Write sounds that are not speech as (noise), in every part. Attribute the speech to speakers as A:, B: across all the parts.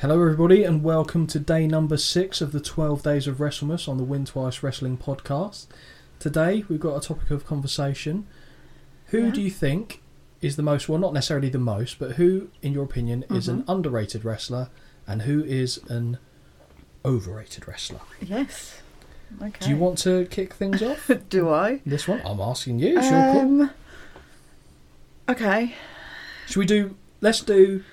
A: Hello, everybody, and welcome to day number six of the 12 Days of Wrestlemas on the Win Twice Wrestling podcast. Today, we've got a topic of conversation. Who
B: Yeah.
A: do you think is the most, well, not necessarily the most, but who, in your opinion, is an
B: Mhm.
A: underrated wrestler and who is an overrated wrestler?
B: Yes. Okay.
A: Do you want to kick things off?
B: (laughs) Do I?
A: this one, I'm asking you. It's your call.
B: Um, okay.
A: Should we do, let's do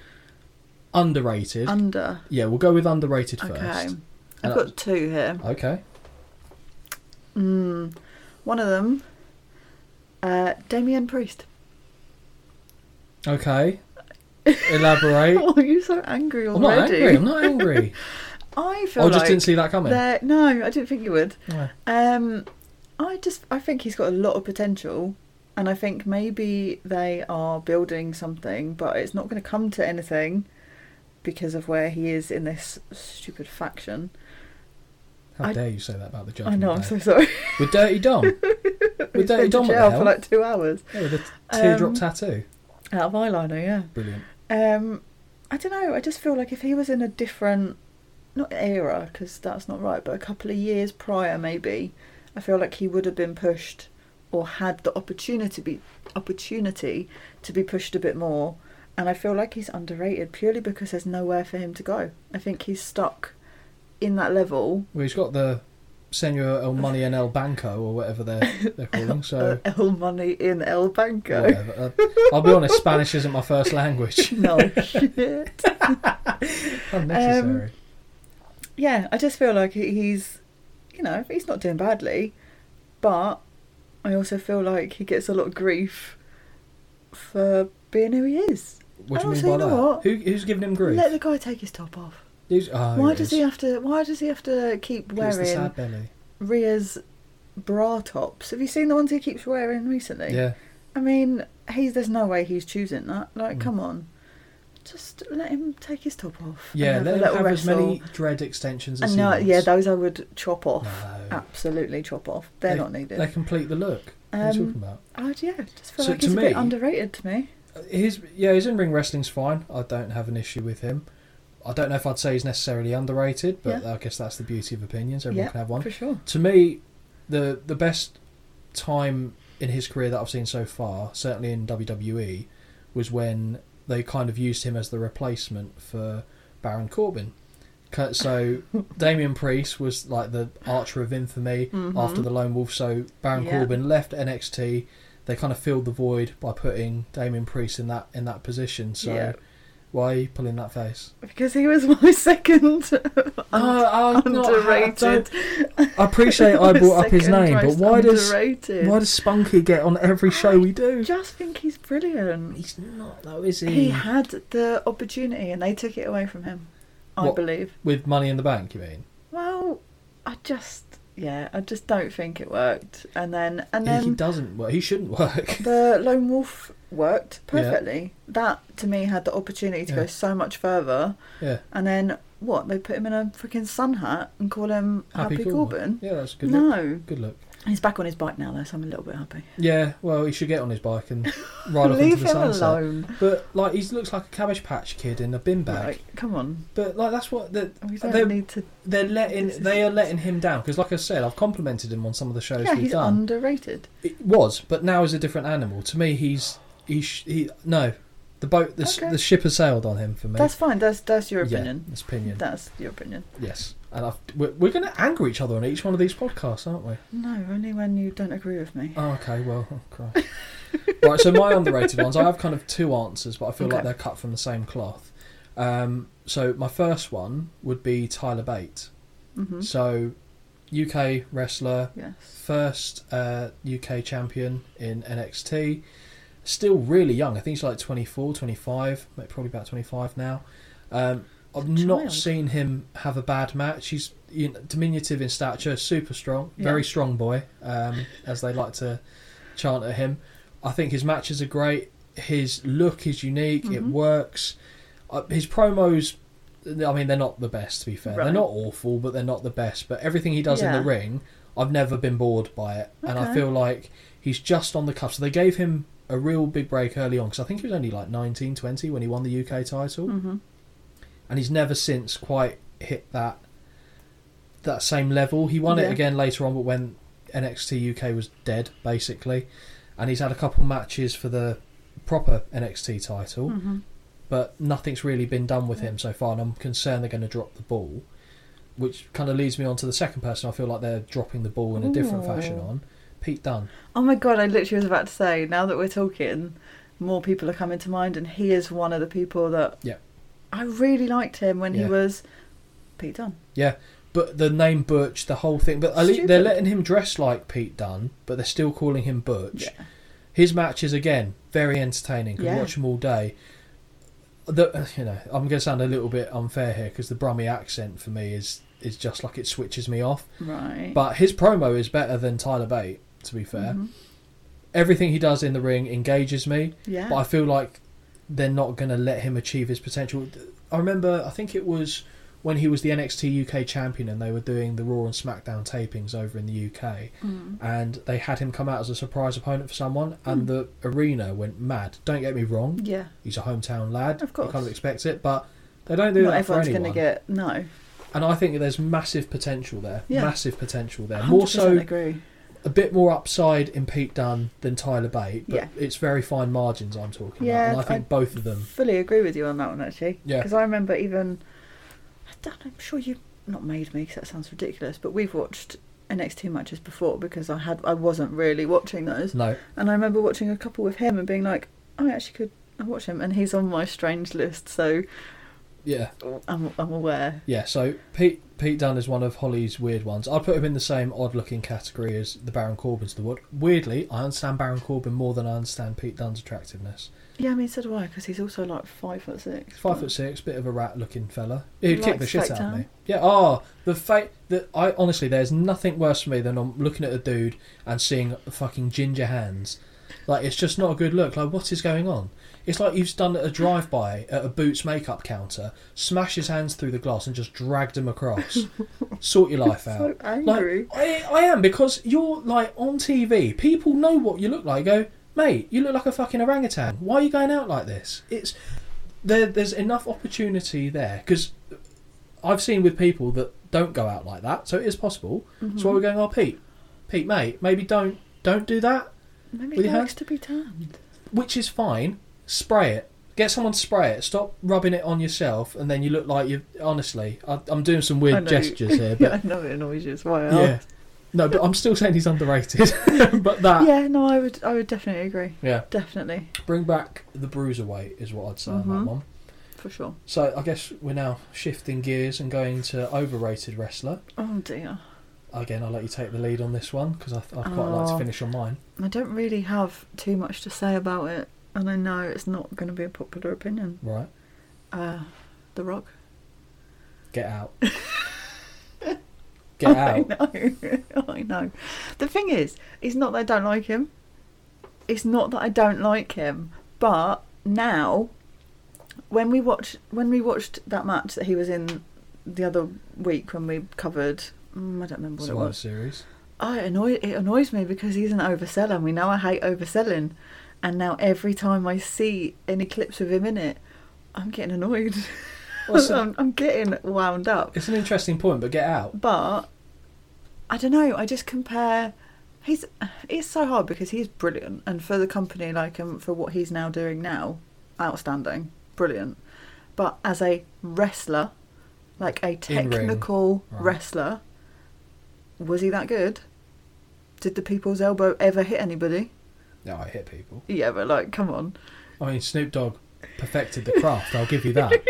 A: underrated.
B: Under.
A: yeah, we'll go with underrated first.
B: Okay.
A: And
B: I've
A: I-
B: got two here.
A: Okay.
B: Mm. One of them, uh, Damien Priest.
A: Okay. Elaborate.
B: (laughs) Why are you so angry
A: I'm not
B: already?
A: angry. I'm
B: (laughs)
A: not angry. Oh,
B: I feel
A: I just
B: like
A: didn't see that coming.
B: there. No, I didn't think you would.
A: Yeah.
B: Um, I just I think he's got a lot of potential, and I think maybe they are building something, but it's not going to come to anything because of where he is in this stupid faction.
A: How
B: I-
A: dare you say that about the judgment?
B: I know. I'm
A: Day.
B: so sorry.
A: With Dirty
B: (laughs)
A: Dom.
B: We
A: With Dirty
B: spent in
A: Dom. What
B: jail
A: the
B: for
A: hell?
B: like two hours
A: yeah, with a teardrop
B: Um,
A: tattoo.
B: out of eyeliner.
A: Brilliant.
B: Yeah. Um, I don't know. I just feel like if he was in a different, not era, because that's not right, but a couple of years prior, maybe, I feel like he would have been pushed or had the opportunity be opportunity to be pushed a bit more. And I feel like he's underrated purely because there's nowhere for him to go. I think he's stuck in that level.
A: Well, he's got the Senor El Money and El Banco or whatever they're,
B: (laughs)
A: they're calling. So,
B: uh, El (laughs) money in El Banco.
A: whatever. Uh, I'll be honest, Spanish isn't my first language. (laughs)
B: (laughs) No shit. (laughs) Um,
A: Unnecessary.
B: yeah, I just feel like he- he's, you know, he's not doing badly, but I also feel like he gets a lot of grief for being who he is.
A: what do
B: and
A: you mean
B: also,
A: by
B: oh, you know
A: that?
B: what?
A: Who, who's giving him grief?
B: Let the guy take his top off.
A: Who's- oh,
B: why
A: it
B: does
A: is.
B: he have to? Why does he have to keep
A: It's the
B: wearing
A: sad belly.
B: Rhea's bra tops? Have you seen the ones he keeps wearing recently?
A: Yeah.
B: I mean, he's there's no way he's choosing that. Like,
A: Mm.
B: come on, just let him take his top off. and
A: Yeah,
B: have a
A: let him
B: little
A: have as
B: wrestle.
A: many dread extensions as
B: And
A: he
B: no,
A: wants.
B: yeah, those I would chop off.
A: No.
B: absolutely chop off. They're not needed.
A: They complete the look. What are you talking
B: um,
A: about?
B: I yeah, just feel
A: So
B: like
A: to
B: he's a
A: me-
B: bit underrated to me.
A: Uh, His yeah, his in ring wrestling's fine. I don't have an issue with him. I don't know if I'd say he's necessarily underrated, but I guess that's the beauty of opinions. Everyone
B: Yeah,
A: can have one.
B: for sure.
A: To me, the the best time in his career that I've seen so far, certainly in WWE, was when they kind of used him as the replacement for Baron Corbin. Ca-
B: (laughs)
A: So Damian Priest was like the Archer of Infamy after the Lone Wolf. So Baron
B: Mm-hmm. Yeah.
A: Corbin left NXT. They kind of filled the void by putting Damian Priest in that in that position. So
B: Yeah.
A: why are you pulling that face?
B: Because he was (laughs) my second (laughs)
A: Oh, I'm not- I
B: underrated.
A: don't- I
B: (laughs)
A: appreciate I
B: my
A: brought up his
B: second
A: name, but
B: most
A: why does
B: underrated.
A: Why does Spunky get on every show we do?
B: Just think he's brilliant.
A: He's not though, is
B: He had the opportunity and they took it away from him. I
A: What?
B: believe.
A: With money in the bank, you mean?
B: Well, I just yeah, I just don't think it worked. And then and
A: He-
B: then
A: he doesn't work. He shouldn't work. (laughs)
B: The Lone Wolf worked
A: Yeah.
B: perfectly. That to me had the opportunity to
A: Yeah.
B: go so much further.
A: Yeah.
B: And then what? They put him in a freaking sun hat and call him Happy, Corbin.
A: Yeah, that's a good. Look.
B: no,
A: Good look.
B: he's back on his bike now though, so I'm a little bit happy.
A: Yeah. Well, he should get on his bike
B: (laughs)
A: and ride off into
B: Leave
A: the
B: him
A: sunset.
B: alone.
A: But like, he looks like a cabbage patch kid in a bin bag.
B: Like, come on,
A: But like, that's what the,
B: we don't
A: They're-
B: need to.
A: they're letting.
B: This is-
A: They are letting him down because, like I said, I've complimented him on some of the shows
B: Yeah,
A: we've
B: he's
A: done.
B: underrated.
A: It was, but now is a different animal. To me, he's he's he no, the boat the, s
B: Okay.
A: the ship has sailed on him for me.
B: That's fine. That's that's your
A: Yeah,
B: opinion.
A: that's opinion.
B: That's your opinion.
A: Yes, and I've, we're, we're going to anger each other on each one of these podcasts, aren't we?
B: No, only when you don't agree with me.
A: Oh, okay, well, oh, Christ. right. So my underrated ones, I have kind of two answers, but I feel like
B: Okay.
A: they're cut from the same cloth. Um, so my first one would be Tyler Bate.
B: hmm
A: So, UK wrestler,
B: Yes.
A: first uh, UK champion in NXT. Still really young. I think he's like 24, 25, like, probably about 25 now. Um, I've
B: He's a
A: not
B: child.
A: seen him have a bad match. He's you know, diminutive in stature, super strong,
B: Yeah.
A: very strong boy, um, as they like to chant at him. I think his matches are great. His look is unique. It
B: Mhm.
A: works. Uh, his promos, I mean, they're not the best, to be fair. They're
B: Right.
A: not awful, but they're not the best. But everything he does in the
B: Yeah.
A: ring, I've never been bored by it. And I
B: Okay.
A: feel like he's just on the cusp. So they gave him Oh. a real big break early on because I think he was only like 19, 20 when he won the UK title.
B: hmm
A: and he's never since quite hit that that same level. He won
B: Yeah.
A: it again later on, but when NXT UK was dead basically, and he's had a couple matches for the proper NXT title,
B: Mhm.
A: but nothing's really been done with him so far, and I'm concerned they're going to drop the ball, which kind of leads me on to the second person I feel like they're dropping the ball in a different fashion
B: Ooh.
A: on Pete Dunne.
B: Oh my god, I literally was about to say, now that we're talking, more people are coming to mind, and he is one of the people that
A: Yeah.
B: I really liked him when
A: Yeah.
B: he was Pete Dunne.
A: But the name Butch, the whole thing, but at least they're
B: Stupid.
A: letting him dress like Pete Dunne, but they're still calling him Butch.
B: Yeah.
A: His matches again very entertaining. Could
B: Yeah.
A: watch them all day. The, you know, I'm going to sound a little bit unfair here because the Brummy accent for me is is just like it switches me off.
B: Right.
A: But his promo is better than Tyler Bate. To be fair,
B: Mhm.
A: everything he does in the ring engages me.
B: Yeah.
A: But I feel like they're not going to let him achieve his potential. I remember, I think it was when he was the NXT UK champion and they were doing the Raw and SmackDown tapings over in the UK
B: Mm.
A: and they had him come out as a surprise opponent for someone and
B: Hmm.
A: the arena went mad. Don't get me wrong,
B: Yeah.
A: he's a hometown lad.
B: Of course.
A: You kind of expect it, but they don't do
B: Not
A: that for
B: everyone's going
A: anyone.
B: to get. No.
A: And I think there's massive potential there.
B: Yeah.
A: Massive potential there. More
B: 100%
A: so,
B: agree.
A: a bit more upside in Pete Dunne than Tyler Bate, but
B: Yeah.
A: it's very fine margins I'm talking about.
B: Yeah,
A: And I think both of them
B: Fully agree with you on that one, actually.
A: Yeah.
B: Because I remember even. I don't, I'm sure you not made me because that sounds ridiculous, but we've watched NXT matches before because I had I wasn't really watching those,
A: No,
B: and I remember watching a couple with him and being like, I actually could I watch him, and he's on my strange list, so
A: yeah,
B: I'm I'm aware.
A: yeah. So Pete Pete Dunne is one of Holly's weird ones. I'd put him in the same odd-looking category as the Baron Corbin's of the world. Weirdly, I understand Baron Corbin more than I understand Pete Dunne's attractiveness.
B: Yeah, I mean, so do I because he's also like five foot six.
A: He's five
B: but-
A: foot six, bit of a rat-looking fella. He'd
B: You
A: kick
B: like
A: the shit out
B: Spectre?
A: of me. Yeah. Oh, the fate that I honestly, there's nothing worse for me than I'm looking at a dude and seeing fucking ginger hands. Like it's just not a good look. Like what is going on? It's like you've done a drive-by at a Boots makeup counter, smashed his hands through the glass, and just dragged him across. sort your life out.
B: So
A: Like,
B: angry.
A: I, I am because you're like on TV. People know what you look like. Go, mate, you look like a fucking orangutan. Why are you going out like this? It's there. There's enough opportunity there because I've seen with people that don't go out like that, so it is possible.
B: Mm-hmm.
A: So why we're going, oh Pete, Pete, mate, maybe don't don't do that,
B: Maybe
A: Will
B: he
A: you have-
B: likes to be tanned.
A: which is fine. Spray it. Get someone to spray it. Stop rubbing it on yourself, and then you look like you. Honestly, I, I'm doing some
B: I
A: weird
B: know.
A: gestures here, but
B: yeah, (laughs) I know it annoys you as well.
A: Yeah. No, but I'm still saying he's underrated. (laughs) but that, yeah.
B: Uh, Yeah, no, I would, I would definitely agree. Definitely,
A: bring back the bruiserweight is what I'd say on
B: Mhm.
A: that one.
B: for sure.
A: So I guess we're now shifting gears and going to overrated wrestler.
B: Oh dear,
A: Again, I'll let you take the lead on this one because I, I'd quite like to
B: Oh.
A: finish on mine.
B: I don't really have too much to say about it, and I know it's not going to be a popular opinion.
A: Right,
B: Uh, The Rock.
A: get
B: (laughs)
A: out. Get
B: I
A: out.
B: know. (laughs) I know. The thing is, it's not that I don't like him. It's not that I don't like him, but now, when we watched when we watched that match that he was in the other week when we covered, mm, I don't remember what it
A: Survivor
B: was.
A: Series.
B: Oh, it, annoy, it annoys me because he's an overseller, and we know I hate overselling. And now every time I see any clips of him in it, I'm getting annoyed.
A: Well, it's, a,
B: (laughs) I'm, I'm getting wound up.
A: it's an interesting point, but get out.
B: But I don't know. I just compare. He's it's so hard because he's brilliant, and for the company like him for what he's now doing now, outstanding, brilliant. But as a wrestler, like a
A: In-ring,
B: technical
A: right.
B: wrestler, was he that good? Did the people's elbow ever hit anybody?
A: No, I hit people.
B: Yeah, but like, come on.
A: I mean, Snoop Dogg perfected the craft. I'll give you
B: (laughs)
A: that.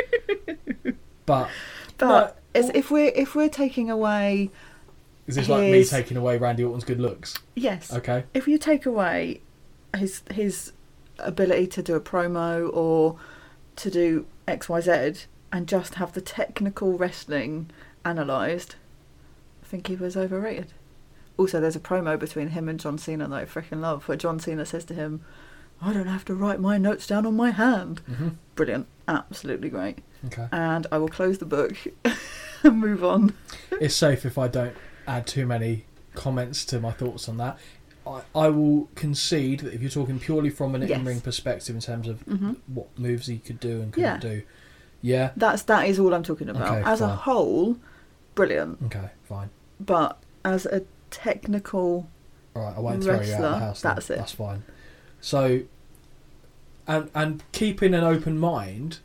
A: But
B: But
A: No,
B: it's, if we're if we're taking away,
A: is this like me
B: His-
A: taking away Randy Orton's good looks?
B: yes,
A: Okay.
B: if you take away his his ability to do a promo or to do XYZ and just have the technical wrestling analysed, I think he was overrated. Also, there's a promo between him and John Cena that I freaking love, where John Cena says to him, I don't have to write my notes down on my hand.
A: hmm
B: Brilliant. Absolutely great.
A: Okay.
B: And I will close the book (laughs) and move on.
A: it's safe if I don't add too many comments to my thoughts on that. I, I will concede that if you're talking purely from an
B: Yes.
A: in-ring perspective in terms of
B: Mhm.
A: what moves he could do and couldn't
B: Yeah.
A: do, Yeah.
B: That's that is all I'm talking about.
A: Okay,
B: as a
A: fine.
B: whole, brilliant,
A: Okay. Fine.
B: but as a technical,
A: All right. I won't throw you out of the
B: Wrestler,
A: house. then.
B: that's it.
A: That's fine. So, and and keeping an open mind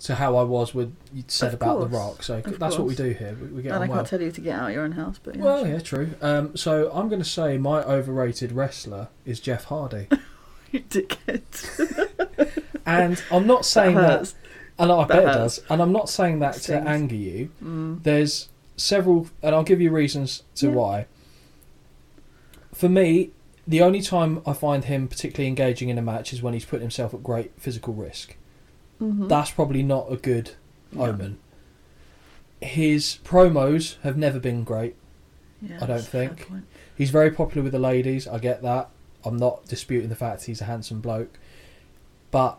A: to how I was with you said
B: Of
A: about
B: course,
A: the rock. So
B: of
A: that's what we
B: course.
A: do here. We, we get
B: and I
A: on
B: can't
A: well.
B: tell you to get out of your own house, but yeah.
A: Well, yeah, true. Um, so I'm going to say my overrated wrestler is Jeff Hardy,
B: (laughs) (laughs) you dickhead.
A: and I'm not saying
B: that
A: that.
B: hurts.
A: And I
B: That
A: bet it
B: hurts.
A: does. And I'm not saying that to
B: Stings.
A: anger you.
B: Mm.
A: There's several, and I'll give you reasons to
B: Yeah.
A: why. For me, the only time I find him particularly engaging in a match is when he's putting himself at great physical risk.
B: Mhm.
A: That's probably not a good
B: No.
A: omen. His promos have never been great.
B: Yeah,
A: I don't
B: that's a fair
A: think.
B: point.
A: He's very popular with the ladies. I get that. I'm not disputing the fact he's a handsome bloke, but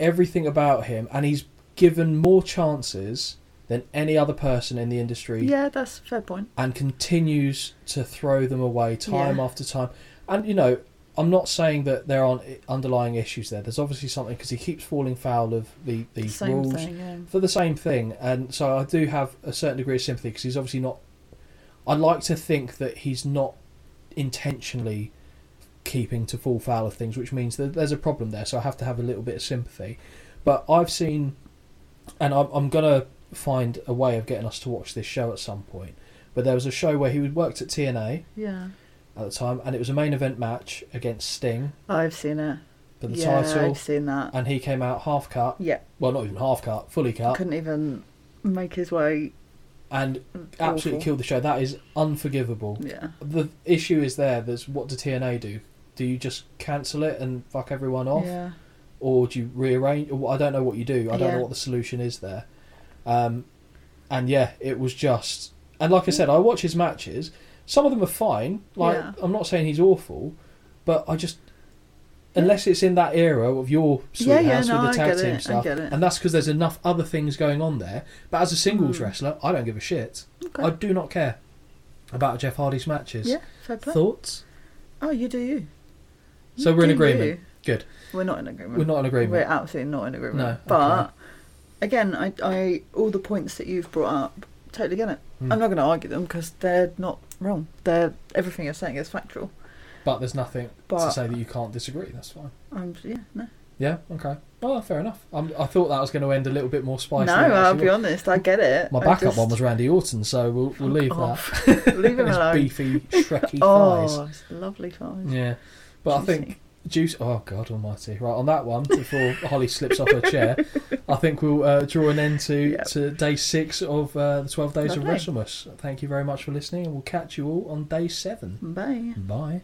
A: everything about him, and he's given more chances than any other person in the industry,
B: Yeah, that's a fair point.
A: and continues to throw them away time
B: Yeah.
A: after time. And you know, I'm not saying that there aren't i- underlying issues there. There's obviously something because he keeps falling foul of the these
B: Same
A: rules
B: thing. Yeah.
A: for the same thing, and so I do have a certain degree of sympathy because he's obviously not. I like to think that he's not intentionally keeping to fall foul of things, which means that there's a problem there. So I have to have a little bit of sympathy. But I've seen, and I'm, I'm gonna find a way of getting us to watch this show at some point. But there was a show where he was- worked at TNA
B: yeah,
A: at the time, and it was a main event match against Sting
B: I've seen it.
A: for the
B: yeah,
A: title,
B: I've seen that.
A: and he came out half cut.
B: Yeah.
A: Well, not even half cut, fully cut,
B: Couldn't even make his way.
A: and absolutely
B: Awful.
A: killed the show. That is unforgivable.
B: Yeah.
A: The issue is there. There's what do TNA do? Do you just cancel it and fuck everyone off,
B: Yeah.
A: or do you rearrange? Or I don't know what you do. I don't
B: Yeah.
A: know what the solution is there. Um, and yeah, it was just. And like I said, I watch his matches. Some of them are fine. Like
B: Yeah.
A: I'm not saying he's awful, but I just. Unless it's in that era of your sweet
B: Yeah, yeah,
A: house
B: no, I
A: with the tag
B: get
A: team
B: it, I
A: stuff,
B: get it.
A: and that's because there's enough other things going on there. But as a singles
B: Mm.
A: wrestler, I don't give a shit.
B: Okay.
A: I do not care about Jeff Hardy's matches.
B: yeah. Fair play.
A: Thoughts?
B: oh, you do you.
A: So
B: You
A: we're in
B: do
A: agreement.
B: you.
A: Good.
B: We're not in agreement.
A: We're not in
B: We're
A: agreement.
B: absolutely not in agreement.
A: No, okay.
B: But again, I, I all the points that you've brought up, totally get it.
A: Mm.
B: I'm not going to argue them because they're not wrong. They're everything you're saying is factual.
A: But there's nothing to
B: But-
A: say that you can't disagree. That's fine.
B: Um, yeah, no,
A: Yeah. Okay. Well, fair enough. I'm, I thought that was going to end a little bit more spicy.
B: no.
A: than it
B: I'll
A: actually
B: be
A: was.
B: honest. I get it.
A: My
B: I
A: backup
B: just-
A: one was Randy Orton, so we'll, we'll leave that.
B: Off. (laughs) leave
A: (laughs)
B: him
A: His
B: alone. (laughs)
A: beefy, shreky thighs.
B: oh, it's lovely thighs.
A: Yeah. But I think
B: Juicy.
A: Juice. Oh God Almighty! Right on that one. Before Holly slips off her chair, I think we'll uh, draw an end to,
B: Yep.
A: to day six of uh, the twelve days
B: Lovely.
A: of WrestleMus. Thank you very much for listening, and we'll catch you all on day seven.
B: Bye.
A: Bye.